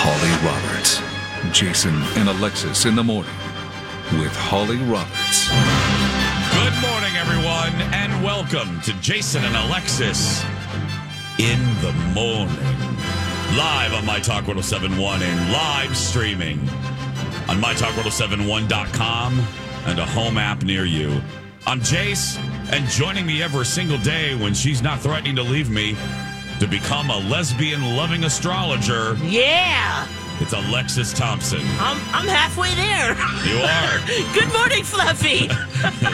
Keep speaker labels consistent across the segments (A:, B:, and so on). A: Holly Roberts. Jason and Alexis in the morning with Holly Roberts.
B: Good morning, everyone, and welcome to Jason and Alexis in the morning. Live on My Talk 1071 and live streaming on MyTalk1071.com and a home app near you. I'm Jace, and joining me every single day when she's not threatening to leave me to become a lesbian loving astrologer,
C: Yeah,
B: it's Alexis Thompson.
C: I'm I'm halfway there.
B: You are.
C: Good morning, Fluffy.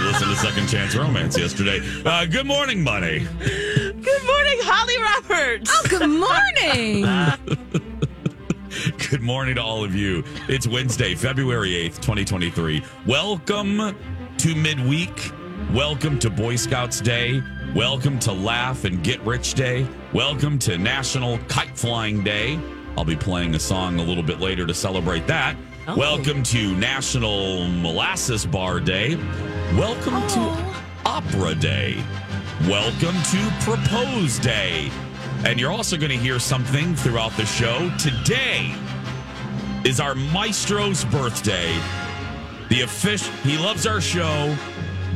B: Listen to Second Chance Romance yesterday. Uh, good morning, Money.
C: Good morning, Holly Roberts.
D: Oh, Good morning.
B: Good morning to all of you. It's Wednesday, February 8th, 2023. Welcome to midweek. Welcome to Boy Scouts Day. Welcome to Laugh and Get Rich Day. Welcome to National Kite Flying Day. I'll be playing a song a little bit later to celebrate that.
C: Oh.
B: Welcome to National Molasses Bar Day. Welcome
C: Oh.
B: to Opera Day. Welcome to Propose Day. And you're also going to hear something throughout the show. Today is our maestro's birthday. The official, he loves our show.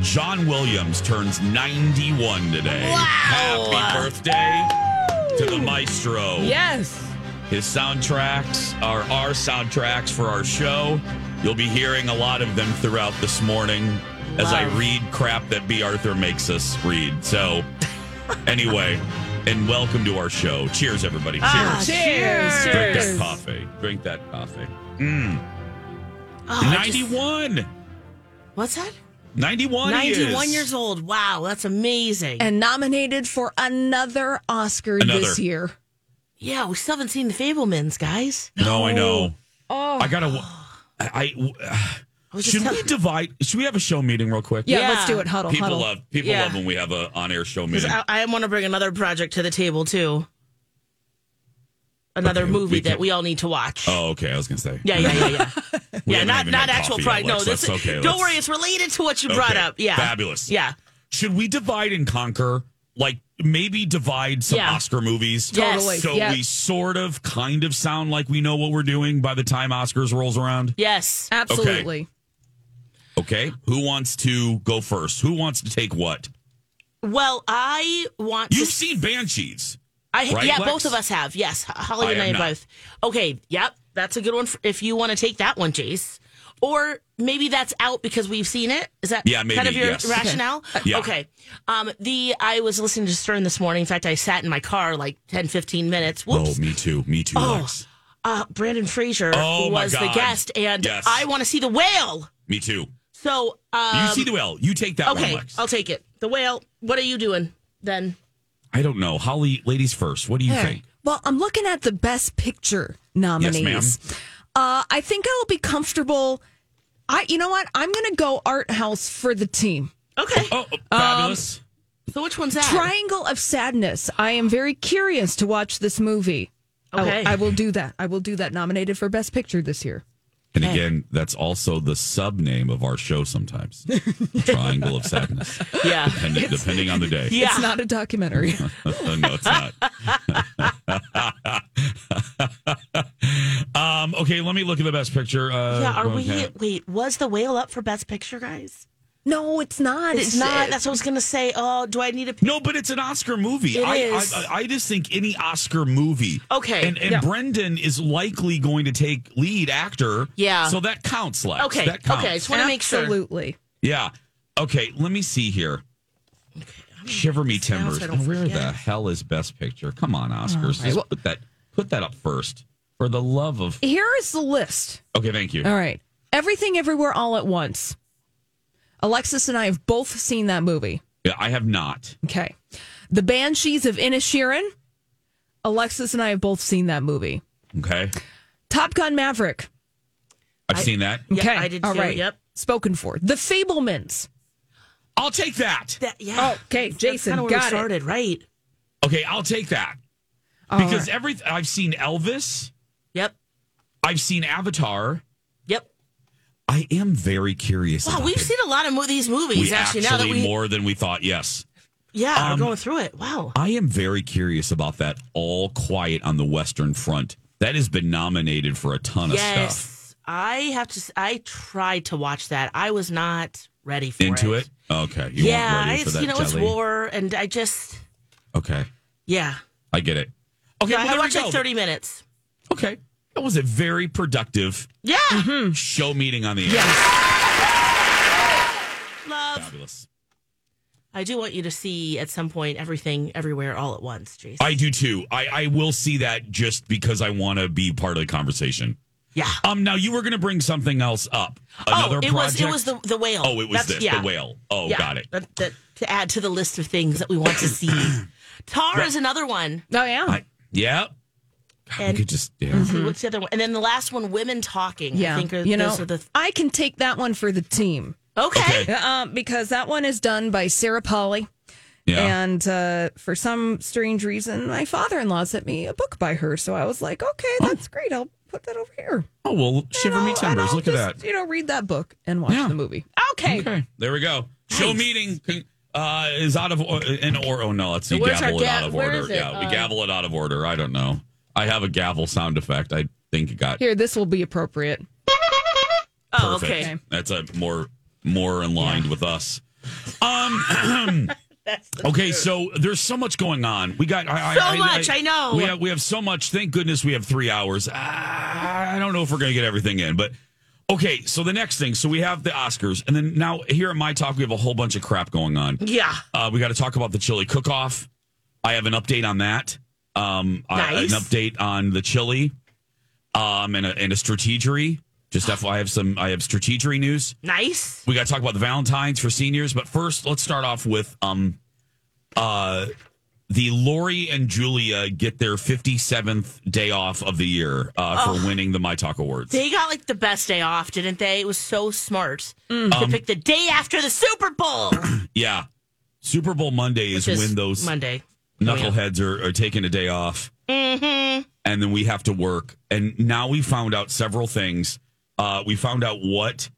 B: John Williams turns 91 today. Happy birthday to the maestro.
D: yes.
B: His soundtracks are our soundtracks for our show. You'll be hearing a lot of them throughout this morning as I read crap that B. Arthur makes us read. So, anyway, and welcome to our show. Cheers, everybody. Cheers.
C: Ah, cheers.
B: Drink that coffee. Drink that coffee.
C: Oh, I just-
B: 91.
C: what's that?
B: 91. he is.
C: 91 years old. Wow, that's amazing.
D: And nominated for another Oscar
B: Another.
D: this year.
C: yeah, we still haven't seen the Fablemans, guys.
B: No, I know. I gotta. I. I
C: Oh. I was just
B: should
C: tell-
B: we divide? Should we have a show meeting real quick?
D: Yeah,
C: Yeah.
D: let's do it. Huddle,
B: People
D: huddle.
B: love people
C: Yeah.
B: love when we have a on-air show
C: 'cause
B: meeting.
C: I, I want to bring another project to the table too. Another
B: Okay,
C: movie
B: we can-
C: that we all need to watch.
B: Oh, okay. I was gonna say.
C: Yeah, yeah, yeah, yeah.
B: We
C: yeah,
B: haven't
C: not
B: even
C: not
B: had
C: actual
B: coffee yet,
C: project. No,
B: Lex.
C: this
B: That's okay,
C: Don't
B: let's-
C: worry, it's related to what you brought
B: Okay,
C: up. Yeah.
B: fabulous.
C: Yeah.
B: Should we divide and conquer? Like maybe divide some
C: Yeah.
B: Oscar movies.
C: Yes.
D: Totally.
B: So
D: Yeah.
B: we sort of, kind of sound like we know what we're doing by the time Oscars rolls around.
C: Yes.
D: Absolutely.
B: Okay. Who wants to go first? Who wants to take what?
C: Well, I want
B: You've
C: to
B: seen Banshees.
C: I
B: Right,
C: yeah,
B: Lex?
C: both of us have. Yes, H- Holly
B: I
C: and I
B: have
C: have
B: not.
C: both. Okay, yep, that's a good one. For, if you want to take that one, Jace, or maybe that's out because we've seen it. Is that
B: Yeah, maybe,
C: kind of your
B: yes.
C: rationale?
B: Yeah.
C: Okay. Um, the I was listening to Stern this morning. In fact, I sat in my car like 10, 15 minutes. Whoops.
B: Oh, me too. Me too.
C: Oh.
B: Lex.
C: Uh, Brandon Fraser
B: Oh, my
C: was
B: God.
C: the guest, and
B: Yes.
C: I want to see the whale.
B: Me too.
C: So
B: You
C: um,
B: see the whale. You take that one,
C: okay,
B: Lex.
C: I'll take it. The whale. What are you doing then?
B: I don't know. Holly, ladies first. What do you
D: All
B: think?
D: right. Well, I'm looking at the Best Picture nominees. Uh, I think I'll be comfortable. I, you know what? I'm going to go art house for the team.
C: Okay.
B: Oh,
C: Um,
B: fabulous.
C: so which one's that?
D: Triangle of Sadness. I am very curious to watch this movie. I will-
C: Okay.
D: Oh, I will do that. I will do that. Nominated for Best Picture this year.
B: and again, that's also the sub name of our show sometimes Triangle of Sadness,
C: Yeah.
B: depending, depending on the day.
C: Yeah.
D: It's not a documentary.
B: no, it's not. um, okay, let me look at the best picture. Uh,
C: Yeah, are
B: okay.
C: we? Wait, was the whale up for Best Picture, guys?
D: No, it's not.
C: It's not. That's what I was gonna say. Oh, do I need a?
B: No, but it's an Oscar movie.
C: It
B: I,
C: is.
B: I, I, I just think any Oscar movie.
C: Okay,
B: And, and
C: yeah.
B: Brendan is likely going to take lead actor.
C: Yeah.
B: So that counts, Lex.
C: Okay,
B: That counts.
C: okay. I just want to make sure.
D: Absolutely.
B: Yeah. Okay. Let me see here. Shiver me
C: now so I
B: timbers.
C: don't
B: Where
C: forget.
B: the hell is Best Picture? Come on, Oscars. Just put that put that up first. For the love of.
D: Here is the list.
B: Okay. Thank you.
D: All right. Everything Everywhere All at Once. Alexis and I have both seen that movie.
B: Yeah, I have not.
D: Okay. The Banshees of Inishirin. Alexis and I have both seen that movie.
B: Okay.
D: Top Gun Maverick.
B: I've seen that.
C: Yeah, I did
D: All
C: too.
D: right.
C: Yep.
D: Spoken for. The Fablemans.
B: I'll take that.
C: That, yeah.
D: okay. Jason,
C: kind of
D: got it.
C: started, right?
B: Okay. I'll take that because every I've seen Elvis.
C: Yep.
B: I've seen Avatar.
C: Yep.
B: I am very curious.
C: Wow,
B: about
C: we've
B: it.
C: seen a lot of mo- these movies
B: we actually,
C: actually, Now that we,
B: more than we thought. Yes.
C: yeah,
B: Um,
C: we're going through it. Wow.
B: I am very curious about that All Quiet on the Western Front. That has been nominated for a ton of stuff.
C: Yes, I have to. s- I tried to watch that. I was not ready for
B: Into
C: it.
B: it? Okay. You
C: yeah,
B: weren't ready
C: I-
B: for that
C: you know it's
B: jelly.
C: war, and I just
B: Okay.
C: yeah.
B: I get it. Okay.
C: Yeah,
B: well,
C: I
B: there we
C: watched
B: go.
C: like thirty minutes.
B: Okay. That was a very productive
C: Yeah, Hmm.
B: show meeting on the air.
C: love.
B: Fabulous.
C: I do want you to see at some point everything, everywhere, all at once, Jason.
B: I do too. I, I will see that just because I want to be part of the conversation.
C: yeah.
B: Um, now you were going to bring something else up. Another
C: oh, it was
B: project.
C: it was the the whale.
B: Oh, it was
C: That's-
B: this
C: yeah.
B: the whale. Oh,
C: Yeah.
B: got it.
C: That- that- to add to the list of things that we want to see, Tar is another one.
D: Oh, yeah.
B: I, yeah. God,
C: Uh-huh. And- Mm-hmm.
B: we could just yeah.
C: What's the other one? And then the last one, women talking.
D: yeah.
C: I think are,
D: you know,
C: those are the
D: I can take that one for the team.
C: okay.
B: Okay.
D: Uh, because that one is done by Sarah Polly.
B: Yeah.
D: And uh, for some strange reason, my father in law sent me a book by her. So I was like, okay, that's great. I'll put that over here.
B: oh well, shiver
D: And
B: Oh. me
D: I'll- and
B: timbers.
D: I'll
B: Look at
D: just,
B: that.
D: You know, read that book and watch
B: Yeah.
D: the movie. Okay.
B: Okay, there we go. Show meeting uh, is out of or- in or oh no, let's see,
C: Where's our
B: gavel it
C: ga-
B: out of
C: where
B: order.
C: is it?
B: Yeah, we
C: Uh,
B: gavel it out of order. I don't know. I have a gavel sound effect. I think it got
D: Here, this will be appropriate.
C: Oh,
B: perfect.
C: okay.
B: That's a more more in line with us. Um. okay, so there's so much going on. We got I,
C: So much, I know.
B: We have we have so much. Thank goodness we have three hours. Ah, I don't know if we're gonna get everything in, but okay. So the next thing, so we have the Oscars, and then now here at my talk, we have a whole bunch of crap going on.
C: Yeah.
B: Uh, we got to talk about the chili cook-off. I have an update on that. Um, I-
C: Nice.
B: an update on the chili, um, and a, and a strategery. Just
C: Ah.
B: FYI, I have some. I have strategery news.
C: Nice.
B: We got to talk about the Valentines for seniors, but first, let's start off with um, uh, the Lori and Julia get their 57th day off of the year uh, for winning the My Talk Awards.
C: They got like the best day off, didn't they? It was so smart
D: Mm.
C: to
B: Um,
C: pick the day after the Super Bowl,
B: yeah, Super Bowl Monday is
C: which is
B: when those
C: Monday.
B: knuckleheads are, are taking a day off.
C: Mm-hmm.
B: And then we have to work. And now we found out several things. Uh, we found out what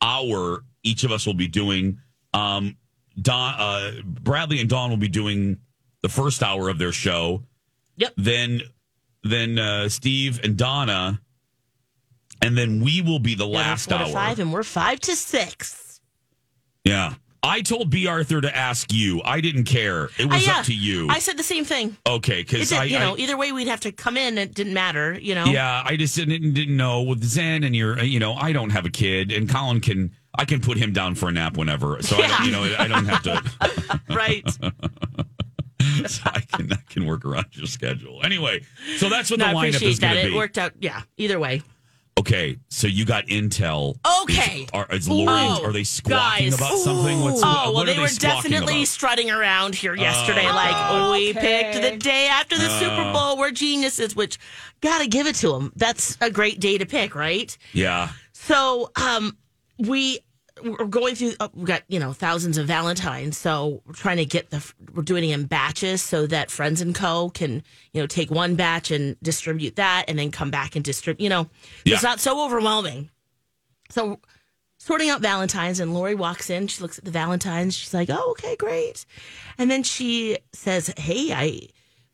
B: hour each of us will be doing. Um, Don, uh, Bradley and Don will be doing the first hour of their show.
C: Yep.
B: Then, then uh, Steve and Donna, and then we will be the
C: Yeah, they're
B: last
C: four
B: hour.
C: to five, and we're five to six.
B: Yeah. I told B. Arthur to ask you. I didn't care. It was
C: Ah, yeah.
B: up to you.
C: I said the same thing.
B: okay,
C: It
B: because
C: did,
B: I,
C: you
B: I-
C: know, either way, we'd have to come in. It didn't matter. You know.
B: Yeah, I just didn't didn't know with Zen and your you know I don't have a kid and Colin can I can put him down for a nap whenever so I don't, you know I don't have to
C: Right.
B: so I can I can work around your schedule anyway. So that's what
C: no,
B: the
C: I
B: lineup is
C: appreciate that.
B: going to
C: It
B: be.
C: worked out. Yeah. Either way.
B: Okay, so you got intel.
C: Okay.
B: is, are, is Lori
C: Oh,
B: are they squawking
C: guys.
B: about something? What's, what-
C: Oh well,
B: what
C: they,
B: are they
C: were
B: squawking
C: definitely
B: about? Oh.
C: strutting around here yesterday, like "Oh, we picked the day after the
B: Oh.
C: Super Bowl. We're geniuses, which gotta give it to them. That's a great day to pick, right?
B: yeah.
C: So um, we we're going through. Uh, we got you know thousands of Valentines, so we're trying to get the. We're doing it in batches so that friends and co can you know take one batch and distribute that, and then come back and distribute. You know, so it's
B: Yeah.
C: not so overwhelming. So sorting out Valentines, and Lori walks in. She looks at the Valentines. She's like, "Oh, okay, great," and then she says, "Hey, I."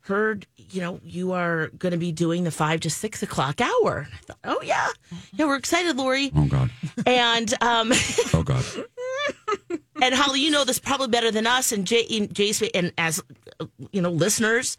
C: heard you know you are going to be doing the five to six o'clock hour And I thought, oh yeah yeah we're excited lori
B: Oh God.
C: and um,
B: Oh God.
C: and Holly, you know this probably better than us, and Jay, and Jace, and as uh, you know, listeners,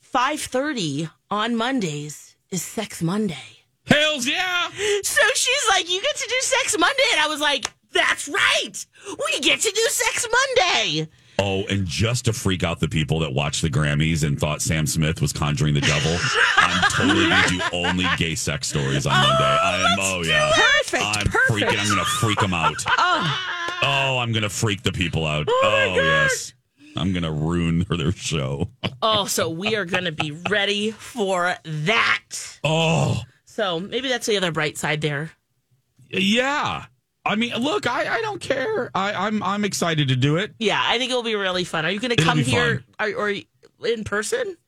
C: five thirty on Mondays is Sex Monday.
B: Hells yeah!
C: So she's like, "You get to do Sex Monday," and I was like, "That's right, we get to do Sex Monday."
B: Oh, and just to freak out the people that watched the Grammys and thought Sam Smith was conjuring the devil, I'm totally going to do only gay sex stories on Monday. I am, oh, yeah.
D: Perfect.
B: I'm
D: perfect.
B: freaking. I'm going to freak them out. Oh. I'm going to freak the people out. Oh, yes. I'm going to ruin their show.
C: Oh, so we are going to be ready for that.
B: Oh,
C: So maybe that's the other bright side there.
B: yeah. I mean, look, I, I don't care. I, I'm I'm excited to do it.
C: Yeah, I think it'll be really fun. Are you going to
B: It'll
C: come
B: be
C: here are, or in person?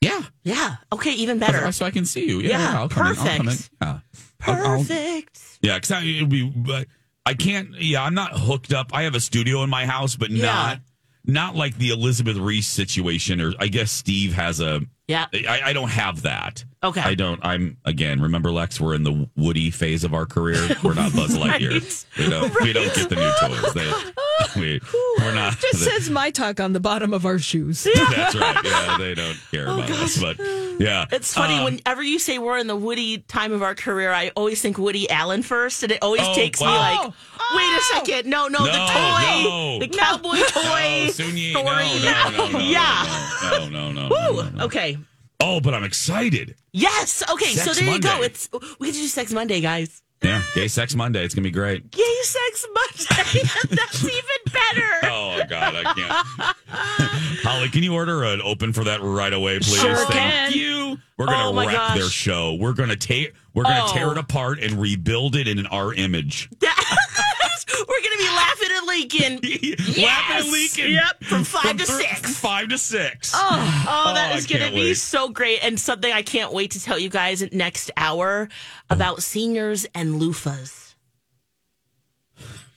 B: Yeah.
C: Yeah. Okay, even better.
B: So I can see you. Yeah.
C: Yeah,
B: I'll come in. I'll come in.
C: perfect.
B: Yeah. I'll- I'll-
C: Perfect.
B: Yeah, because I it'd be. But I can't. Yeah, I'm not hooked up. I have a studio in my house, but
C: Yeah.
B: not not like the Elizabeth Reese situation. Or I guess Steve has a.
C: Yeah.
B: I, I don't have that.
C: Okay.
B: I don't. I'm again. Remember, Lex, we're in the Woody phase of our career. We're not Buzz Lightyear. We don't. We don't get the new toys. They, we, we're not.
D: Just says my talk on the bottom of our shoes.
B: that's right. Yeah, they don't care about us. But yeah,
C: It's funny
B: Um,
C: whenever you say we're in the Woody time of our career, I always think Woody Allen first, and it always
B: Oh,
C: takes me
B: wow.
C: like, wait a second, no, no, the
B: No,
C: toy,
B: no.
C: the cowboy toy
B: No, Sunyi, no,
C: story.
B: no, no, no,
C: yeah.
B: No, no, no. no, no, no,
C: Ooh,
B: no.
C: Okay.
B: Oh, but I'm excited.
C: Yes. Okay. so
B: Sex
C: there you go.
B: Monday.
C: It's we get to do Sex Monday, guys.
B: Yeah, Gay Sex Monday. It's gonna be great.
C: Gay Sex Monday. That's even better.
B: Oh God, I can't. Holly, can you order an open for that right away, please?
C: Sure
B: Thank
C: can.
B: you. We're gonna
C: Oh, my
B: wreck
C: gosh.
B: their show. We're gonna tear. We're gonna
C: Oh.
B: tear it apart and rebuild it in our image.
C: Yes. We're gonna be laughing and leaking.
B: Yes. and leaking.
C: Yep, from five to
B: thr-
C: six.
B: Five to six.
C: Oh, that
B: I
C: is going to
B: can't
C: be
B: wait.
C: so great. And something I can't wait to tell you guys next hour about seniors and loofahs.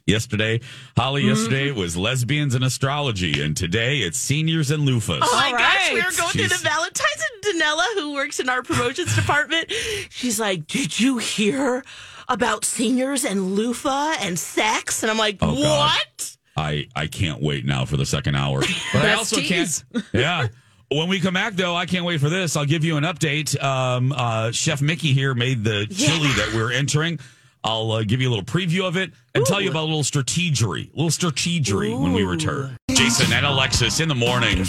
B: Yesterday, Holly. Yesterday
C: Mm-hmm.
B: was lesbians and astrology, and today it's seniors and loofahs.
C: Oh my gosh, we
D: right.
C: were going through
B: Jeez.
C: the Valentine's and Danella, who works in our promotions department. She's like, Did you hear about seniors and loofah and sex? And I'm like,
B: Oh, God.
C: What?
B: I I can't wait now for the second hour. But I
D: Best
B: also
D: tease.
B: can't. Yeah. When we come back, though, I can't wait for this. I'll give you an update. Um, uh, Chef Mickey here made the chili that we're entering. I'll uh, give you a little preview of it and tell you about a little strategery, a little strategery when we return. Jason and Alexis in the morning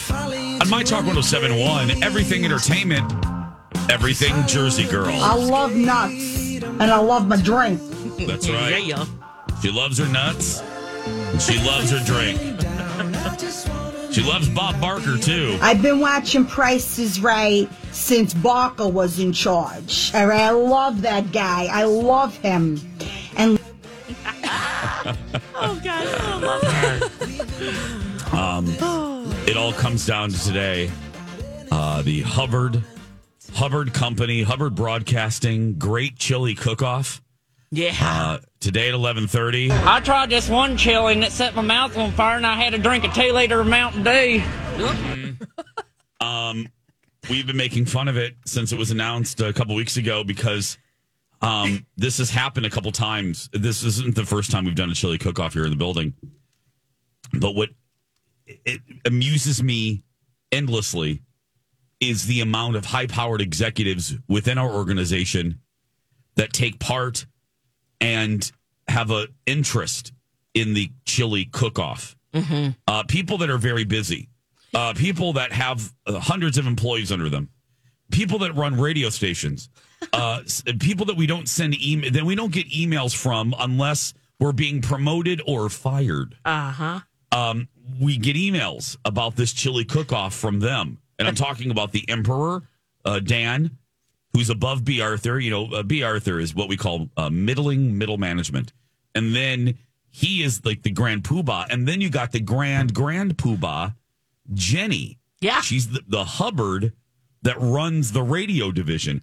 B: on My Talk 1071, Everything Entertainment, Everything Jersey Girl.
E: I love nuts and I love my drink.
B: That's right.
C: Yeah.
B: She loves her nuts. and She loves her drink. She loves Bob Barker too.
E: I've been watching Price is Right since Barker was in charge. All right, I love that guy. I love him. And
C: Oh, God. I love that.
B: It all comes down to today. Uh, the Hubbard Hubbard Company, Hubbard Broadcasting, Great Chili Cook-Off.
C: Yeah.
B: Uh, today at eleven thirty.
F: I tried this one chili and it set my mouth on fire, and I had to drink a two liter of Mountain Dew.
B: We've been making fun of it since it was announced a couple weeks ago because um, this has happened a couple times. This isn't the first time we've done a chili cook-off here in the building. But what it amuses me endlessly is the amount of high-powered executives within our organization that take part and have an interest in the chili cook-off. Uh, people that are very busy, uh, people that have uh, hundreds of employees under them, people that run radio stations, uh, s- people that we don't send email, then we don't get emails from unless we're being promoted or fired
C: Uh huh.
B: um, we get emails about this chili cook-off from them, and I'm talking about the Emperor uh, Dan, who's above B. Arthur. You know, uh, B. Arthur is what we call uh, middling middle management, and then he is like the grand poobah, and then you got the grand grand poobah, Jenny.
C: Yeah.
B: she's the, the Hubbard that runs the radio division.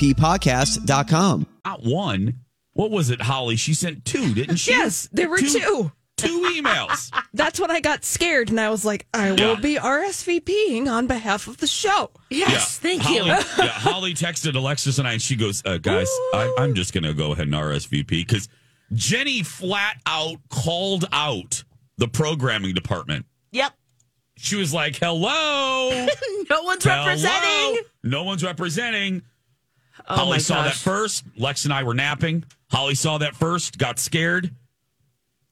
G: UAPpodcast.com.
B: not one. What was it, Holly? She sent two, didn't she?
D: Yes, there were two.
B: Two emails.
D: That's when I got scared, and I was like, I will
B: Yeah.
D: be RSVPing on behalf of the show.
C: Yes, thank
B: Holly,
C: you.
B: yeah, Holly texted Alexis and I, and she goes, uh, "Guys, I, I'm just going to go ahead and RSVP because Jenny flat out called out the programming department.
C: Yep.
B: She was like, "Hello,
C: No one's
B: Hello?
C: representing.
B: No one's representing.
C: Oh
B: Holly
C: my
B: saw that
C: gosh.
B: first. Lex and I were napping. Holly saw that first, got scared,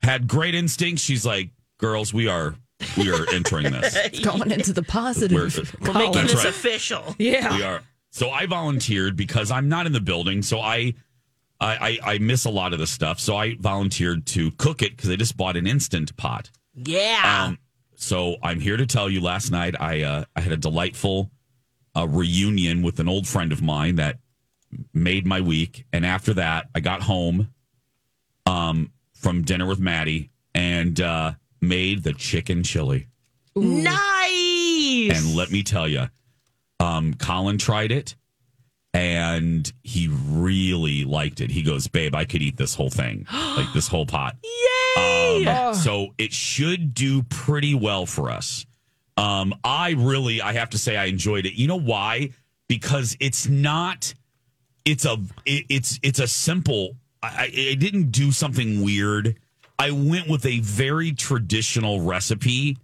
B: had great instincts. She's like, "Girls, we are we are entering this.
D: Going into the
B: We're,
D: positive.
C: We're making
B: That's
C: this
B: right.
C: official.
B: we
D: Yeah.
B: are." So I volunteered because I'm not in the building, so I I I, I miss a lot of this stuff. So I volunteered to cook it because I just bought an instant pot.
C: Yeah.
B: Um, so I'm here to tell you. Last night, I uh, I had a delightful uh, reunion with an old friend of mine that made my week. And after that, I got home um, from dinner with Maddie and uh, made the chicken chili.
C: nice.
B: And let me tell you, um, Colin tried it and he really liked it. He goes, "Babe, I could eat this whole thing, like this whole pot." Yay! So it should do pretty well for us. Um, I really, I have to say, I enjoyed it. You know why? Because it's not. It's a. it- it's it's a simple. I, I I didn't do something weird. I went with a very traditional recipe.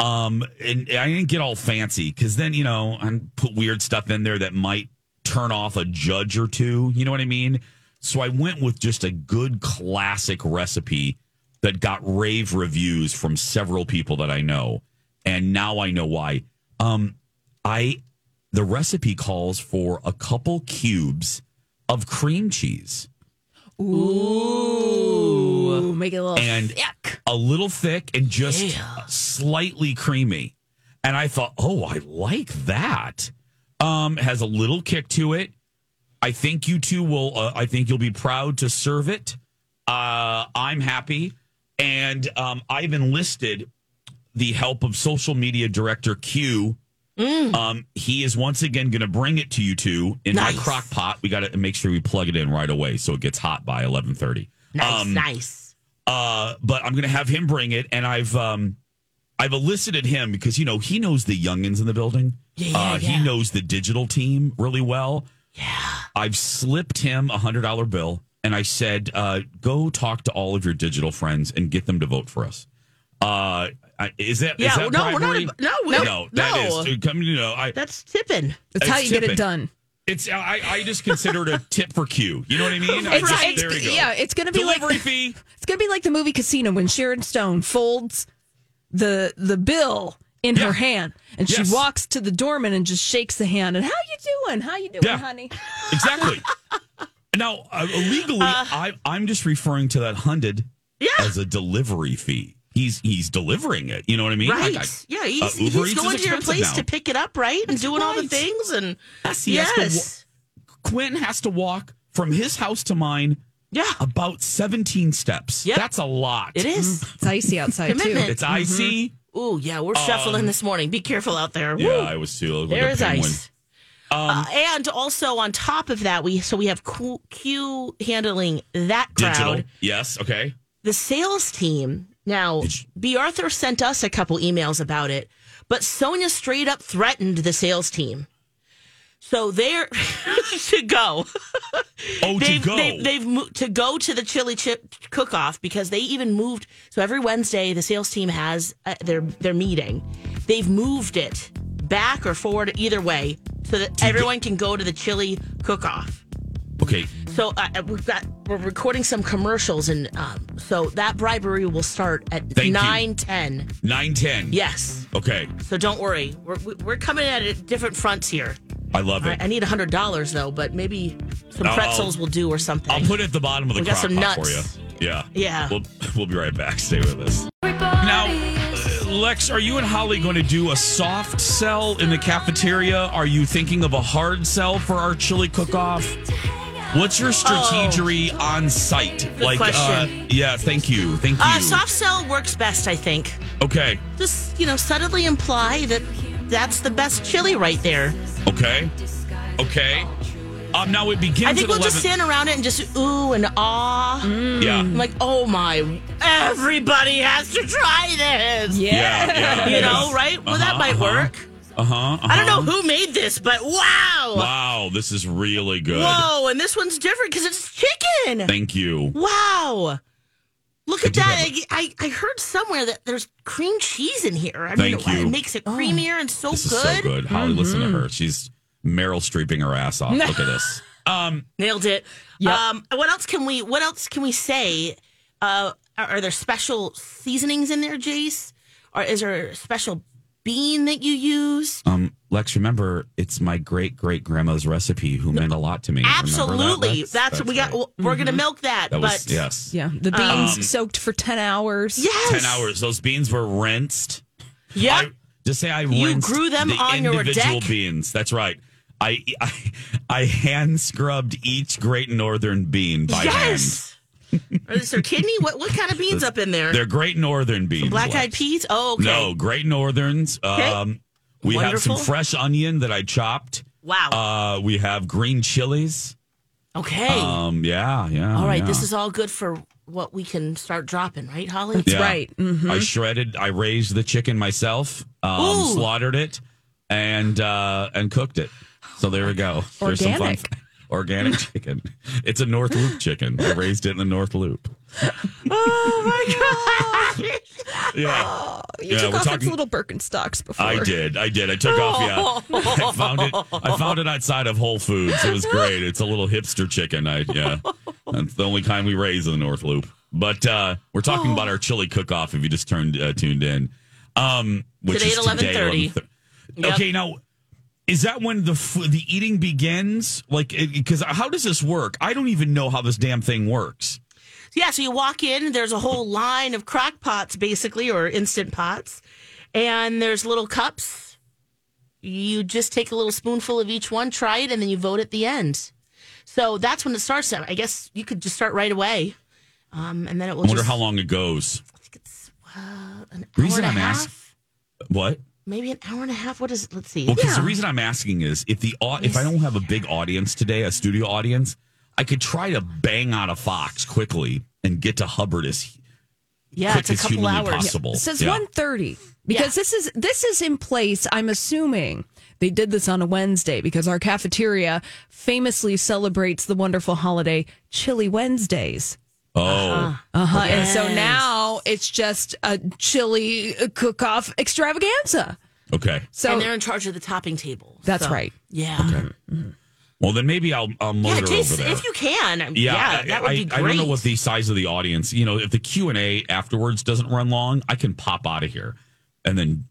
B: Um, and I didn't get all fancy because then you know I put weird stuff in there that might turn off a judge or two. You know what I mean? So I went with just a good classic recipe that got rave reviews from several people that I know, and now I know why. Um, I the recipe calls for a couple cubes of cream cheese.
D: Ooh. Make it a little
B: And-
D: thick.
B: a little thick and just slightly creamy. And I thought, oh, I like that. Um, has a little kick to it. I think you two will. Uh, I think you'll be proud to serve it. Uh, I'm happy, and um, I've enlisted the help of social media director Q.
C: Mm.
B: Um, he is once again going to bring it to you two in my
C: Nice.
B: crock pot. We got to make sure we plug it in right away so it gets hot by 11:30.
C: nice, nice.
B: Uh, but I'm going to have him bring it, and I've um, I've elicited him because you know he knows the youngins in the building.
C: Yeah,
B: uh,
C: yeah.
B: He knows the digital team really well. Yeah, I've slipped him a hundred dollar bill, and I said, uh, "Go talk to all of your digital friends and get them to vote for us." Uh, I- is that is
C: Yeah,
B: that
C: no, we're not
B: bribery?
C: a- no, we're-
B: no, that
C: no.
B: is dude, come. You know, I
C: That's tipping.
D: That's how
B: it's
D: you get
B: tipping.
D: it done.
B: it's I, I just consider it a tip for Q. You know what I mean? I
D: It's,
B: just-
D: it's-
B: there you go.
D: yeah, it's gonna be
B: Delivery
D: like
B: fee.
D: it's gonna be like the movie Casino when Sharon Stone folds the the bill in
B: Yeah.
D: her hand and
B: Yes.
D: she walks to the doorman and just shakes the hand and how you doing? How you doing,
B: Yeah.
D: honey?
B: Exactly. now, uh, legally, I, I'm just referring to that hundred as a delivery fee. He's he's delivering it. You know what I mean?
C: Right.
B: Like, I-
C: yeah,
B: uh,
C: he's,
B: Uber Eats
C: he's
B: is
C: going to your
B: expensive
C: place
B: now.
C: to pick it up, right? And doing all the
B: right.
C: things. And
B: Yes, he has to
C: yes.
B: Quinn has to walk from his house to mine
C: Yeah.
B: about 17 steps.
C: Yep.
B: That's a lot.
C: It is. Mm-hmm.
D: It's icy outside too.
C: Commitment.
B: It's icy.
C: Ooh, yeah, we're shuffling this morning. Be careful out
B: Mm.
C: there.
B: Um, Yeah,
C: Woo.
B: I was too. I looked like
C: there
B: a
C: is
B: penguin. Um,
C: ice. Uh, and also on top of that, we so we have Q, Q handling that crowd.
B: Digital. Yes. Okay.
C: The sales team. Now,
B: Did you-
C: B. Arthur sent us a couple emails about it, but Sonia straight up threatened the sales team. So they're to go.
B: Oh,
C: they've,
B: to go.
C: They've, they've mo- to go to the chili chip cook off because they even moved. So every Wednesday, the sales team has uh, their their meeting. They've moved it back or forward, either way, so that everyone can go to the chili cook off.
B: okay.
C: So uh, we've got we're recording some commercials, and um, so that bribery will start at
B: Thank you.
C: nine ten.
B: Nine ten.
C: Yes.
B: Okay.
C: So don't worry, we're we're coming at it different fronts here.
B: I love
C: All right,
B: it.
C: I need hundred dollars though, but maybe some
B: I'll-
C: pretzels will do or something.
B: I'll put it at the bottom of the
C: We got
B: crock
C: some
B: pot
C: nuts.
B: for you. Yeah.
C: Yeah.
B: We'll, we'll be right back. Stay with us. Now, uh, Lex, are you and Holly going to do a soft sell in the cafeteria? Are you thinking of a hard sell for our chili cook off? What's your strategy on site? like, Uh,
C: Oh. question.
B: yeah, thank you. Thank you.
C: Uh, soft sell works best, I think.
B: okay.
C: Just you know, subtly imply that that's the best chili right there.
B: Okay. Okay. Um, now it begins
C: I think
B: at
C: we'll
B: 11.
C: just stand around it and just ooh and ah.
B: Yeah.
C: I'm like, oh my, everybody has to try this.
B: Yeah. yeah,
C: You
B: yeah.
C: know, right? Well, that
B: Uh-huh,
C: might
B: uh-huh.
C: work.
B: Uh-huh,
C: I don't
B: uh-huh.
C: know who made this, but wow.
B: Wow, this is really good.
C: Whoa, and this one's different because it's chicken.
B: Thank you.
C: Wow. Look at
B: do
C: that.
B: have
C: I, I, I heard somewhere that there's cream cheese in here. I
B: Thank
C: don't know why.
B: you. Oh,
C: It makes it creamier and so
B: This
C: good. Mm-hmm.
B: is so good. Holly, listen to her. She's Meryl Streeping her ass off. Look at this. Um,
C: Nailed it. Um, what else can we what else can we say? Uh, are, are there special seasonings in there, Jace? Or is there a special bean that you use?
B: um, Lex, remember it's my great great grandma's recipe who meant a lot to me. Remember that,
C: Absolutely.
B: Lex?
C: That's, we got
B: right.
C: we're gonna milk that.
B: That
C: but
B: was yes.
D: Yeah, the beans
B: Um,
D: soaked for 10 hours.
C: Yes.
B: Ten hours. Those beans were rinsed.
C: Yeah.
B: I, just say I
C: You
B: rinsed
C: grew them
B: the
C: on your
B: individual
C: deck?
B: beans. That's right. I, I I hand scrubbed each Great Northern bean by hand.
C: yes. Or is there kidney? What what kind of beans up in there?
B: They're Great Northern beans.
C: Black eyed
B: Lex.
C: peas? Oh, okay.
B: No, Great Northerns. Um, we have some
C: Wonderful.
B: fresh onion that I chopped.
C: Wow.
B: Uh, we have green chilies.
C: okay.
B: Um, yeah, yeah.
C: all right.
B: yeah.
C: This is all good for what we can start dropping, right, Mm-hmm. Holly?
B: Yeah.
D: right. Mhm.
B: I shredded. I raised the chicken myself. Um,
C: Ooh.
B: slaughtered it and uh, and cooked it. So there we go. There's some fun.
D: Organic.
B: Organic chicken. It's a North Loop chicken. I raised it in the North Loop.
C: Oh my gosh.
B: Yeah,
D: You
B: Yeah,
D: took
B: we're
D: off its
B: talking-
D: little Birkenstocks before.
B: I did. I did. I took off. Yeah, I found it. I found it outside of Whole Foods. It was great. It's a little hipster chicken. I yeah. That's the only kind we raise in the North Loop. But uh, we're talking
C: Oh.
B: about our chili cook-off. If you just turned uh, tuned in, um, which
C: Today
B: is
C: at
B: today
C: 11:30.
B: 11:30.
C: Yep.
B: Okay, now is that when the f- the eating begins? Like, because how does this work? I don't even know how this damn thing works.
C: Yeah, so you walk in, there's a whole line of crock pots, basically, or instant pots, and there's little cups. You just take a little spoonful of each one, try it, and then you vote at the end. So that's when it starts. I guess you could just start right away. Um, and then it will
B: I wonder
C: just,
B: how long it goes.
C: an
B: The
C: hour
B: reason
C: and a
B: I'm
C: half?
B: ask- What?
C: Maybe an hour and a half. What is it? Let's see.
B: Well, because the reason I'm asking is if the au- if I don't have a big audience today, a studio audience, I could try to bang out a fox quickly and get to Hubbard as
C: yeah,
B: quick
C: it's a
B: as
C: couple
B: humanly
C: hours.
B: possible.
D: It says
B: Yeah.
D: 1.30 because
C: Yeah.
D: this is this is in place i'm assuming they did this on a wednesday because our cafeteria famously celebrates the wonderful holiday chili wednesdays
B: Oh,
D: uh-huh and so
C: Yes.
D: now it's just a chili cook off extravaganza
B: okay.
D: so
C: and they're in charge of the topping table.
D: That's
C: So,
D: right.
C: Yeah.
B: Well, then maybe I'll I'll
C: Yeah,
B: motor over
C: Jason,
B: there.
C: if you can. um,
B: yeah,
C: Yeah,
B: I-
C: that would
B: I,
C: be great.
B: I don't know what the size of the audience. You know, if the Q and A afterwards doesn't run long, I can pop out of here and then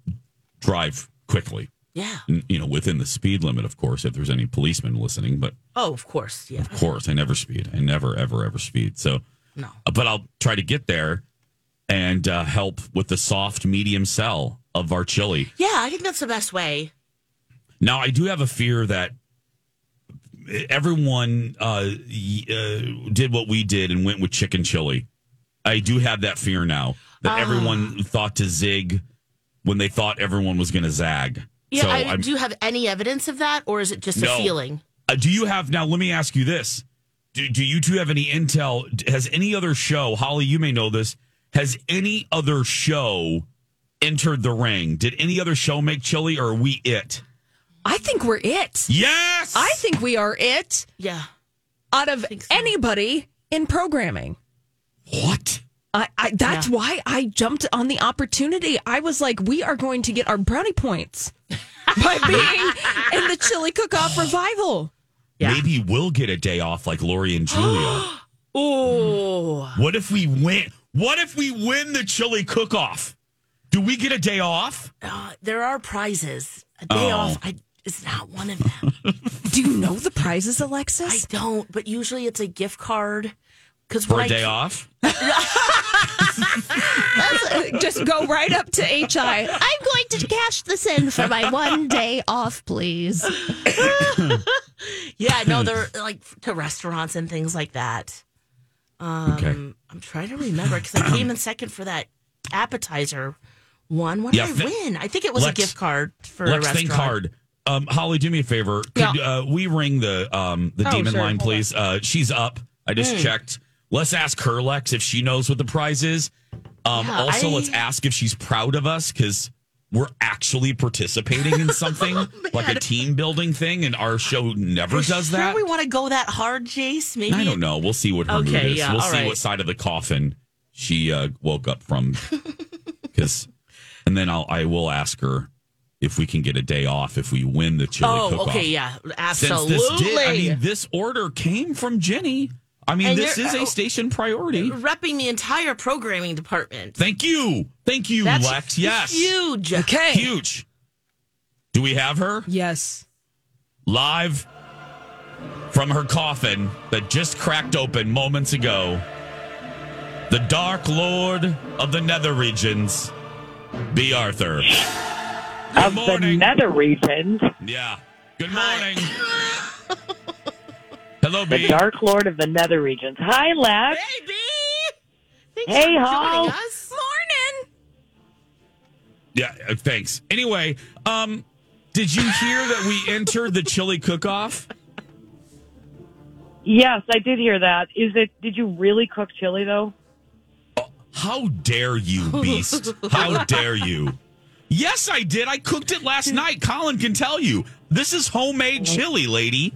B: drive quickly.
C: yeah.
B: N- You know, within the speed limit, of course, if there's any policemen listening. But
C: Oh, of course. Yeah.
B: of course, I never speed. I never ever ever speed. So
C: No.
B: Uh, but I'll try to get there and uh, help with the soft medium sell of our chili.
C: Yeah, I think that's the best way.
B: Now, I do have a fear that everyone uh, y- uh, did what we did and went with chicken chili. I do have that fear now
C: Ah.
B: that everyone thought to zig when they thought everyone was going to zag.
C: Yeah,
B: so
C: I,
B: I'm-
C: do you have any evidence of that, or is it just
B: No.
C: a feeling?
B: Uh, do you have now? Let me ask you this: do, do you two have any intel? D- Has any other show, Holly? You may know this. Has any other show entered the ring? Did any other show make chili, or are we it?
D: i think we're it
B: Yes,
D: i think we are it
C: Yeah,
D: out of
C: think so.
D: anybody in programming
B: What?
D: I, I, that's why I jumped on the opportunity. I was like, we are going to get our brownie points by being in the chili cook-off revival.
C: yeah.
B: Maybe we'll get a day off like Lori and Julia.
C: Ooh,
B: what if we win? What if we win the chili cook-off? Do we get a day off?
C: uh, there are prizes. A day
B: Oh.
C: off. I is not one of them.
D: Do you know the prizes, Alexis?
C: I don't, but usually it's a gift card. Because
B: for a day off.
D: Just go right up to HI.
H: I'm going to cash this in for my one day off, please.
C: Yeah, no, they're like to restaurants and things like that. Um,
B: Okay.
C: I'm trying to remember because I came in second for that appetizer one. What did
B: Yeah,
C: I
B: thi-
C: win? I think it was
B: Lex-
C: a gift card for a
B: Let's
C: restaurant.
B: think hard. Um, Holly, do me a favor. Could uh, we ring the um, the
C: Oh,
B: demon
C: sure.
B: line,
C: Hold Hmm.
B: please? Uh, she's up. I just checked. Let's ask her, Lex, if she knows what the prize is. Um,
C: Yeah,
B: also,
C: I-
B: let's ask if she's proud of us because we're actually participating in something
C: Oh,
B: like a team building thing, and our show never does
C: Sure
B: that.
C: we want to go that hard, Jace? Maybe
B: I don't know. We'll see what her
C: Okay,
B: mood is.
C: yeah,
B: we'll
C: all
B: see
C: right.
B: what side of the coffin she uh, woke up from. Because, and then I'll I will ask her if we can get a day off if we win the chili
C: Oh,
B: cook-off.
C: okay, yeah,
B: Since
C: absolutely.
B: this did, I mean, this order came from Jenny. I mean,
C: And
B: this
C: you're-
B: is
C: oh.
B: a station priority.
C: repping the entire programming department.
B: Thank you, thank you,
C: That's
B: Lex. Yes,
C: huge.
D: Okay.
B: huge. Do we have her
D: Yes.
B: live from her coffin that just cracked open moments ago? The Dark Lord of the Nether Regions, B. Arthur. Good
I: of the
B: morning.
I: nether regions,
B: yeah. Good morning. Hello, B.
I: the Dark Lord of the nether regions. Hi, Lex.
C: Hey, B. Thanks
I: Hey,
C: for
I: Hall.
C: joining us.
D: Morning.
B: Yeah, uh, thanks. Anyway, um, did you hear that we entered the chili cook-off?
I: Yes, I did hear that. Is it? Did you really cook chili though?
B: How dare you, beast? How dare you? Yes, I did. I cooked it last night. Colin can tell you. This is homemade chili, lady.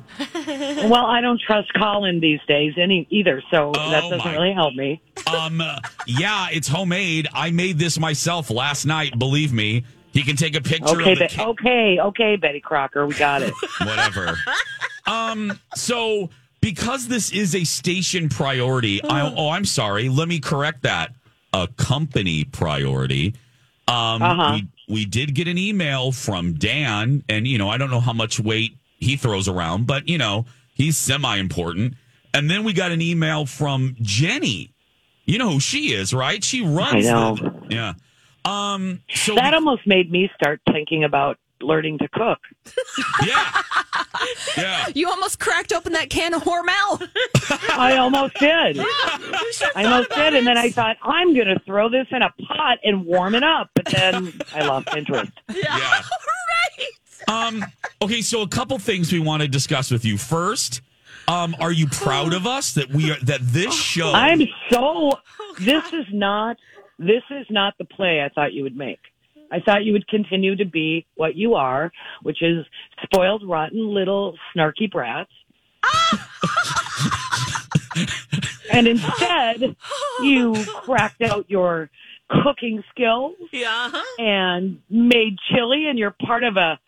I: well, I don't trust Colin these days any either, so that
B: Oh,
I: doesn't
B: my-
I: really help me.
B: Um, uh, yeah, it's homemade. I made this myself last night. Believe me. He can take a picture
I: Okay,
B: of the
I: Be- okay, okay, Betty Crocker, we got it.
B: whatever. um, so because this is a station priority,
I: Uh-huh.
B: I, oh, I'm sorry. Let me correct that. A company priority. Um,
I: Uh-huh.
B: we, we did get an email from Dan, and you know, I don't know how much weight he throws around, but you know, he's semi important. And then we got an email from Jenny. You know who she is, right? She runs.
I: I know.
B: the- yeah. Um. So
I: that almost made me start thinking about learning to cook.
B: yeah. Yeah.
D: You almost cracked open that can of Hormel.
I: I almost did. I almost did, and then I thought I'm going to throw this in a pot and warm it up, but then I lost interest.
B: Yeah. Um, okay, so a couple things we want to discuss with you. First, um, are you proud of us that we are that
I: Oh.
B: this show
I: I'm so. This is not. This is not the play I thought you would make. I thought you would continue to be what you are, which is spoiled, rotten, little snarky brats. and instead, you cracked out your cooking skills
C: Yeah. huh?
I: and made chili, and you're part of a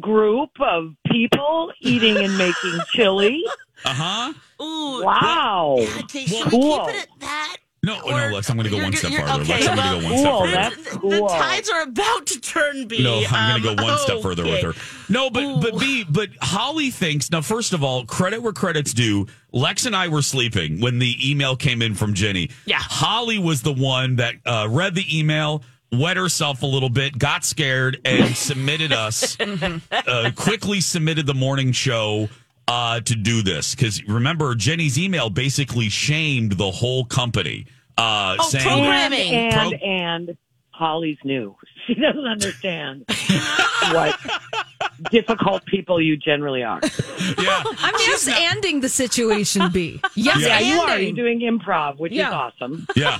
I: group of people eating and making chili.
B: uh-huh?
C: Ooh.
I: Wow.
C: God, Jace, should
I: Cool.
C: we keep it at that?
B: Oh, No,
C: Or-
B: no, Lex, I'm gonna go
C: you're-
B: one step
C: you're-
B: farther.
C: okay,
B: Lex, I'm gonna go one
I: well,
B: step
I: that's
B: further.
C: The, the
I: cool.
C: tides are about to turn B.
B: No, I'm going to
C: Um,
B: go one step further with
C: okay.
B: her. No, but but B, but Holly thinks now. First of all, credit where credits due. Lex and I were sleeping when the email came in from Jenny.
C: Yeah.
B: Holly was the one that uh, read the email, wet herself a little bit, got scared, and submitted us.
C: Mm-hmm.
B: uh, quickly submitted the morning show. Uh, to do this because remember Jenny's email basically shamed the whole company, uh,
C: Oh,
B: saying
C: program- Programming.
I: and and,
B: Pro-
I: and Holly's new. She doesn't understand what difficult people you generally are.
B: yeah,
D: I'm just ending the situation, B. Yes,
B: Yeah,
I: You are. You're
D: ending.
I: doing improv, which
D: Yeah.
I: is awesome.
B: yeah.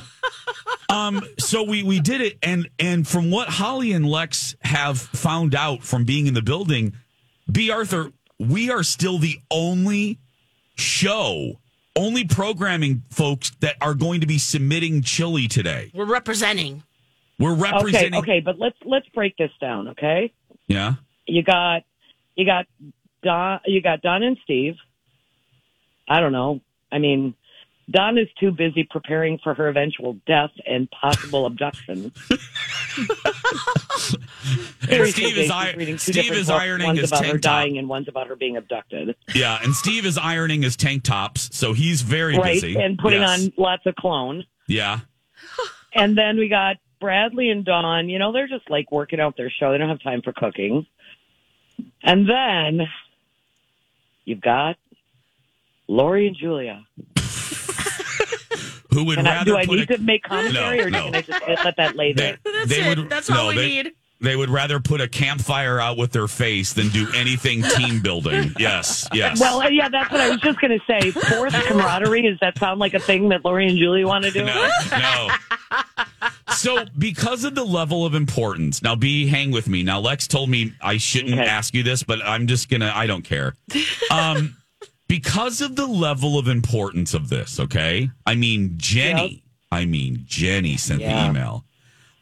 B: Um. So we we did it, and and from what Holly and Lex have found out from being in the building, B. Arthur, we are still the only show, only programming folks that are going to be submitting chili today.
C: We're representing.
B: We're
I: Okay,
B: representing.
I: okay, but let's let's break this down, okay?
B: Yeah.
I: You got you got Don you got Don and Steve. I don't know. I mean Don is too busy preparing for her eventual death and possible abduction
B: and
I: Three
B: Steve is,
I: quotations
B: ir-
I: reading two
B: Steve
I: different
B: is
I: books,
B: ironing
I: one's
B: his
I: about her
B: tank top.
I: dying and one's about her being abducted.
B: Yeah, and Steve is ironing his tank tops, so he's very
I: right,
B: busy
I: and putting
B: Yes.
I: on lots of cologne.
B: Yeah,
I: And then we got Bradley and Dawn. You know, they're just like working out their show. They don't have time for cooking. And then you've got Lori and Julia.
B: who would
I: and I,
B: rather
I: do I
B: put
I: need
B: a-
I: to make commentary
B: No,
I: or
B: no.
I: can I just let that lay there?
B: they would, no, they, They would rather put a campfire out with their face than do anything team building. Yes, yes.
I: Well, Oh, yeah, that's what I was just going to say. Forced camaraderie. Does that sound like a thing that Lori and Julie want to do?
B: No, no. So, because of the level of importance, now be hang with me. Now, Lex told me I shouldn't ask you this, but I'm just gonna. I don't care. Um, because of the level of importance of this, okay. I mean, Jenny. I mean, Jenny sent
I: Yeah.
B: the email.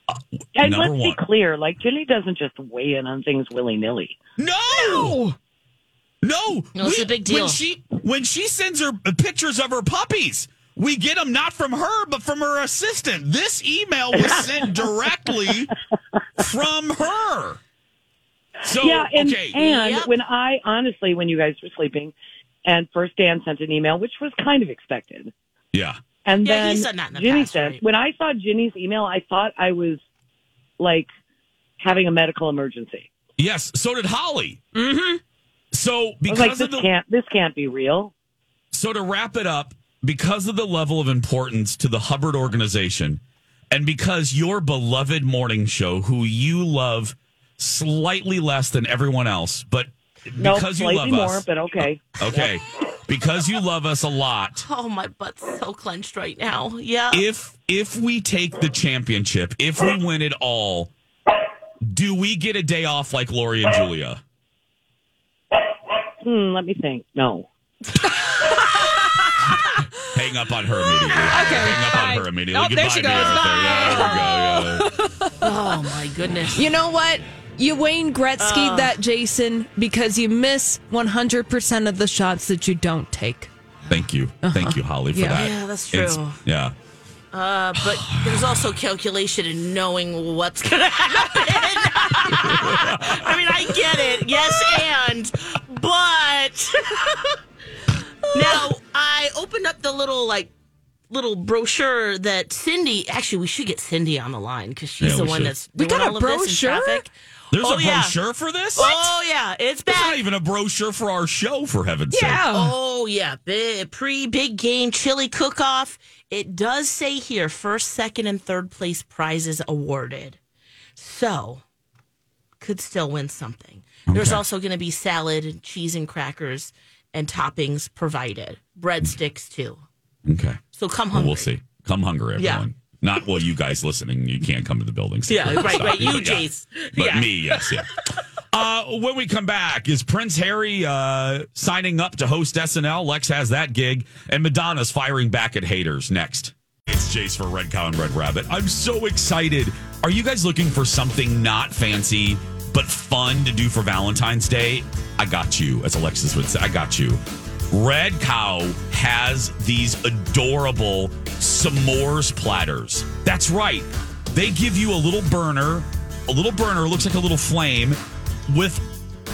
B: Uh,
I: And
B: Number
I: let's
B: one.
I: be clear, like Jenny doesn't just weigh in on things willy nilly.
B: No. No,
I: No, it's a big deal.
B: When she when she sends her pictures of her puppies, we get them not from her but from her assistant. This email was sent directly from her. So
I: yeah, and,
B: okay,
I: and when I honestly, when you guys were sleeping, and first Dan sent an email, which was kind of expected,
B: yeah,
I: and
C: Yeah, he
I: then
C: said that in the
I: Ginny
C: past,
I: says,
C: right?
I: when I saw Ginny's email, I thought I was like having a medical emergency.
B: yes, so did Holly. Mm-hmm. So
I: I was
B: because
I: like, this
B: of the
I: can't, this can't be real.
B: So to wrap it up, because of the level of importance to the Hubbard organization, and because your beloved morning show, who you love slightly less than everyone else, but
I: No,
B: because you love
I: slightly more,
B: us,
I: but okay.
B: okay, because you love us a lot.
C: Oh, my butt's so clenched right now. Yeah.
B: If if we take the championship, if we win it all, do we get a day off like Lori and Julia?
I: Hmm, let me think. No.
B: Hang up on her immediately. Hang up on her immediately.
D: Nope, there she goes.
B: Bianca. Yeah, there we go. Yeah.
C: oh my goodness.
D: You know what? You Wayne Gretzky
C: Uh.
D: that, Jason, because you miss 100% of the shots that you don't take.
B: Thank you. Thank you, Holly, for
D: Yeah.
B: that.
C: Uh-huh. Yeah, that's
B: It's-
C: true.
B: yeah.
C: Uh, but there's also calculation in knowing what's going to happen. I mean, I get it. Yes, and but now I opened up the little like little brochure that Cindy. Actually, we should get Cindy on the line because she's
B: Yeah,
C: the
B: we
C: one
B: should.
C: that's
D: We
C: doing
D: got a
C: all of this in
D: brochure?
C: traffic.
B: There's
C: Oh,
B: a
C: yeah.
B: brochure for this?
C: Oh yeah, it's
B: There's
C: back.
B: not even a brochure for our show, for heaven's sake.
C: Oh yeah, big, pre big game chili cook off. It does say here first, second, and third place prizes awarded. So could still win something. There's
J: Okay.
C: also going to be salad, and cheese, and crackers, and toppings provided. Breadsticks too.
B: Okay.
C: So come
B: Well,
C: hungry.
B: we'll see. Come hungry,
C: Yeah.
B: everyone. Not well, you guys listening. You can't come to the building. so
C: Yeah,
B: please
C: right,
B: stop.
C: right. You,
B: But yeah.
C: Jace.
B: But
C: Yeah.
B: me, yes, yeah. Uh, when we come back, is Prince Harry uh, signing up to host SNL? Lex has that gig, and Madonna's firing back at haters. Next, it's Jace for Red Cow and Red Rabbit. I'm so excited. Are you guys looking for something not fancy but fun to do for Valentine's Day? I got you, as Alexis would say. I got you. Red Cow has these adorable s'mores platters. That's right. They give you a little burner. A little burner looks like a little flame with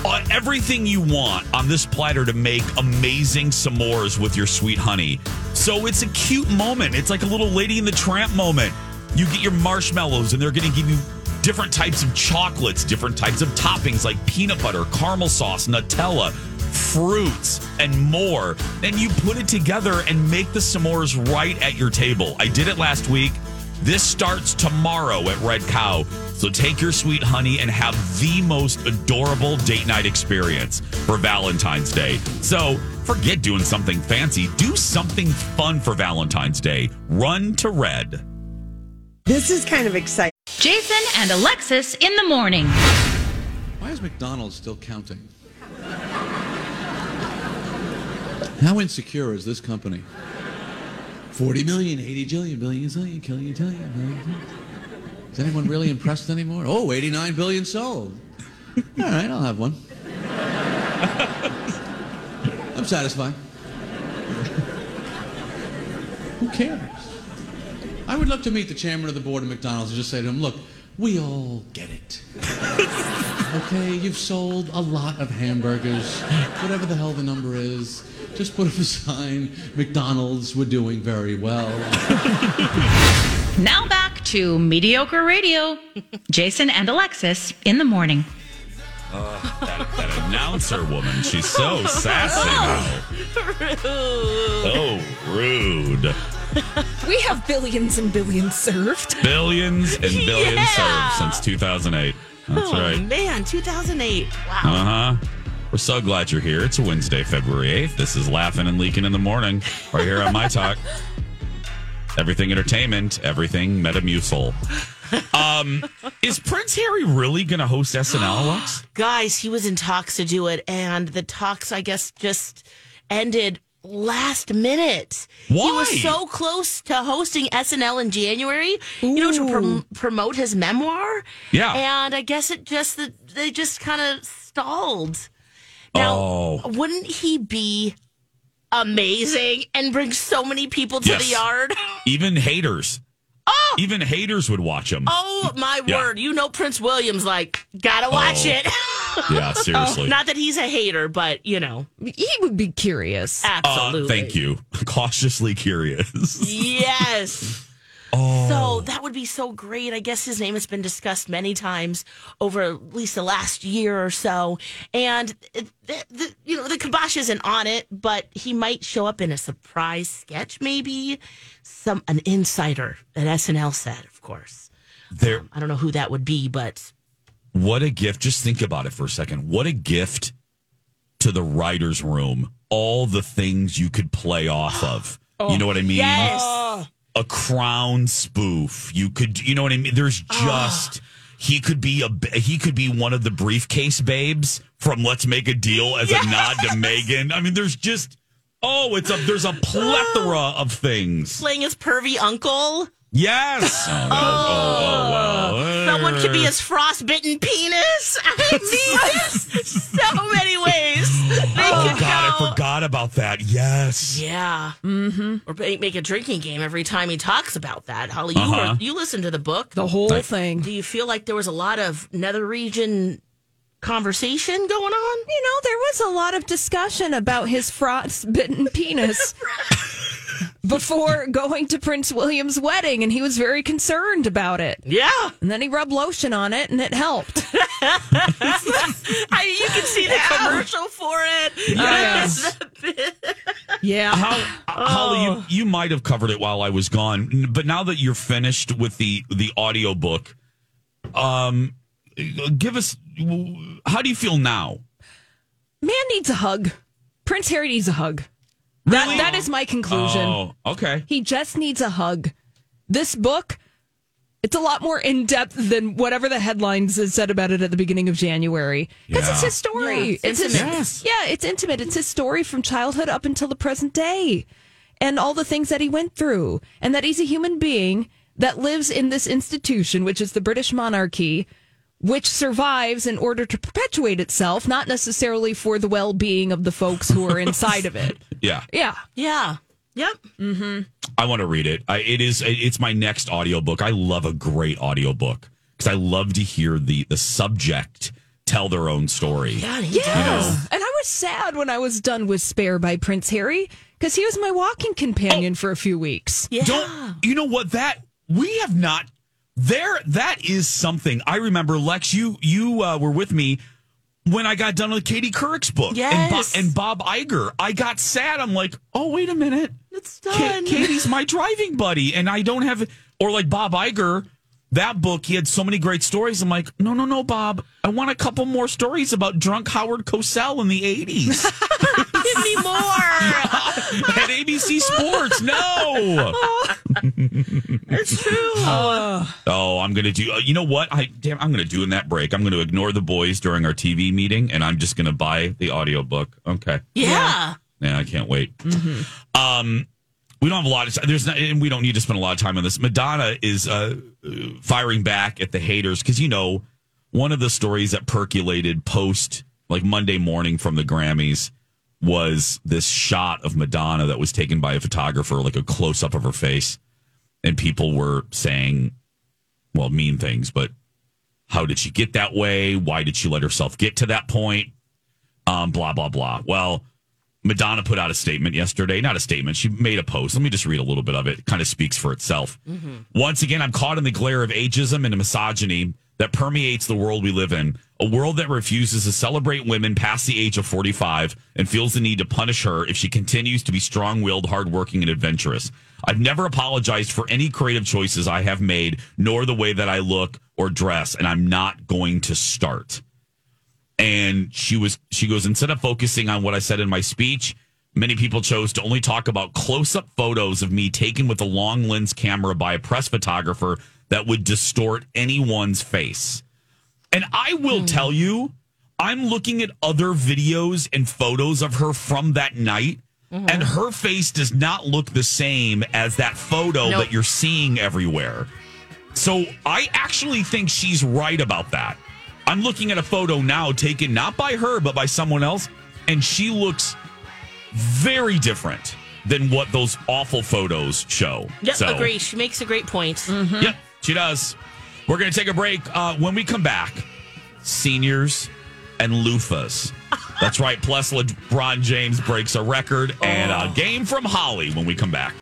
B: uh, everything you want on this platter to make amazing s'mores with your sweet honey. So it's a cute moment. It's like a little Lady in the Tramp moment. You get your marshmallows, and they're going to give you different types of chocolates, different types of toppings like peanut butter, caramel sauce, Nutella, fruits, and more. And you put it together and make the s'mores right at your table. I did it last week. This starts tomorrow at Red Cow. So take your sweet honey and have the most adorable date night experience for Valentine's Day. So forget doing something fancy. Do something fun for Valentine's Day. Run to Red.
K: This is kind of exciting.
L: Jason and Alexis in the morning.
M: Why is McDonald's still counting? How insecure is this company? 40 million, 80 jillion, billion, zillion, killion, tillion, billion, zillion. Is anyone really impressed anymore? Oh, 89 billion sold. All right, I'll have one. I'm satisfied. Who cares? I would love to meet the chairman of the board of McDonald's and just say to him, look, We all get it. okay, you've sold a lot of hamburgers, whatever the hell the number is. Just put up a sign. McDonald's, we're doing very well.
L: Now back to mediocre radio. Jason and Alexis in the morning.
B: Uh, that, that announcer woman, she's so sassy. now.
C: Oh.
B: So rude.
D: we have billions and billions served.
B: Billions and billions
C: Yeah.
B: served since 2008. That's
C: oh,
B: right.
C: man, 2008. Wow.
B: Uh huh. We're so glad you're here. It's a Wednesday, February 8th. This is Laughing and Leaking in the Morning, right here on My Talk. Everything entertainment, everything Metamucil. Um, is Prince Harry really going to host SNL, Lex?
C: Guys, he was in talks to do it, and the talks, I guess, just ended last minute. He
B: Why?
C: was so close to hosting SNL in January, you know, to prom- promote his memoir.
B: Yeah.
C: And I guess it just, they just kind of stalled. Now,
B: Oh.
C: wouldn't he be amazing and bring so many people to the
B: Yes.
C: yard?
B: Even haters.
C: Oh!
B: Even haters would watch him.
C: Oh my
B: Yeah.
C: word! You know Prince William's like gotta watch
B: Oh.
C: it.
B: Yeah, seriously.
C: Not that he's a hater, but you know,
D: He would be curious.
C: absolutely.
B: Uh, thank you. Cautiously curious.
C: Yes.
B: Oh.
C: So that would be so great. I guess his name has been discussed many times over at least the last year or so, and it- the, the, you know the kibosh isn't on it, but he might show up in a surprise sketch, maybe. Some an insider at SNL said, of course.
B: There,
C: I don't know who that would be, but
B: what a gift. Just think about it for a second. What a gift to the writer's room. All the things you could play off of. you know what I mean?
C: Yes.
B: A crown spoof. You could, you know what I mean? There's just. He could be a b- he could be one of the briefcase babes from Let's Make a Deal as a nod to Megan. I mean, there's just oh, it's a there's a plethora of things.
C: playing his pervy uncle.
B: Yes. Oh, no. oh, oh, well.
C: Someone could be his frostbitten penis. I mean, there's so many ways they
B: Oh
C: could
B: God,
C: go.
B: I forgot about that. Yes.
C: Yeah. Mm-hmm. Or make, make a drinking game every time he talks about that. Holly, you,
B: Uh-huh.
C: were, you listened to the book.
D: The whole thing.
C: Do you feel like there was a lot of nether region conversation going on?
D: You know, there was a lot of discussion about his frostbitten penis before going to Prince William's wedding, and he was very concerned about it.
C: Yeah.
D: And then he rubbed lotion on it, and it helped.
C: I mean, you can see the commercial for it.
D: Yes. yeah.
B: How, Holly, you, you might have covered it while I was gone, n- but now that you're finished with the the audiobook, um, give us w- how do you feel now?
D: Man needs a hug. Prince Harry needs a hug. That, that is my conclusion.
B: Oh, okay.
D: He just needs a hug. This book, it's a lot more in depth than whatever the headlines is said about it at the beginning of January. Because it's
B: Yeah.
D: his story.
C: Yeah, it's
D: his,
C: intimate.
D: Yeah, it's intimate. It's his story from childhood up until the present day and all the things that he went through, and that he's a human being that lives in this institution, which is the British monarchy. Which survives in order to perpetuate itself, not necessarily for the well being of the folks who are inside of it.
B: Yeah,
D: Yeah.
C: Yeah. Yep.
B: I want to read it. I, it is it's my next audiobook. I love a great audiobook because I love to hear the the subject tell their own story.
C: Yeah.
D: Yes. And I was sad when I was done with Spare by Prince Harry because he was my walking companion for a few weeks.
C: Yeah.
B: Don't you know what that we have not there that is something. I remember Lex you you uh, were with me when I got done with Katie Couric's book
C: Yes.
B: and, Bo- and Bob Iger. I got sad. I'm like, "Oh, wait a minute.
C: It's
B: Ka-
C: done.
B: Katie's my driving buddy and I don't have or like Bob Iger that book, he had so many great stories. I'm like, no, no, no, Bob. I want a couple more stories about drunk Howard Cosell in the 80s
C: Give me more.
B: at ABC Sports. No.
C: It's true.
B: Oh, I'm gonna do. Uh, you know what? I damn, I'm gonna do in that break. I'm gonna ignore the boys during our TV meeting, and I'm just gonna buy the audiobook. Okay.
C: yeah.
B: Yeah, I can't wait. Um, we don't have a lot of time. There's not, and we don't need to spend a lot of time on this. Madonna is uh, uh, firing back at the haters because you know one of the stories that percolated post like Monday morning from the Grammys was this shot of Madonna that was taken by a photographer, like a close up of her face, and people were saying, well, mean things, but How did she get that way? Why did she let herself get to that point? Um, blah, blah, blah. Well, Madonna put out a statement yesterday. Not a statement. She made a post. Let me just read a little bit of it. It kind of speaks for itself. Once again, I'm caught in the glare of ageism and misogyny that permeates the world we live in, a world that refuses to celebrate women past the age of 45 and feels the need to punish her if she continues to be strong willed, hardworking, and adventurous. I've never apologized for any creative choices I have made, nor the way that I look or dress, and I'm not going to start and she was she goes instead of focusing on what i said in my speech many people chose to only talk about close-up photos of me taken with a long lens camera by a press photographer that would distort anyone's face and i will tell you i'm looking at other videos and photos of her from that night and her face does not look the same as that photo
J: Nope.
B: that you're seeing everywhere so I actually think she's right about that. I'm looking at a photo now taken not by her, but by someone else, and she looks very different than what those awful photos show.
C: Yep,
B: So-
C: agree. She makes a great point.
B: Yep, she does. We're going to take a break. Uh, when we come back, seniors and loofahs. That's right. Plus, LeBron James breaks a record and a game from Holly when we come back.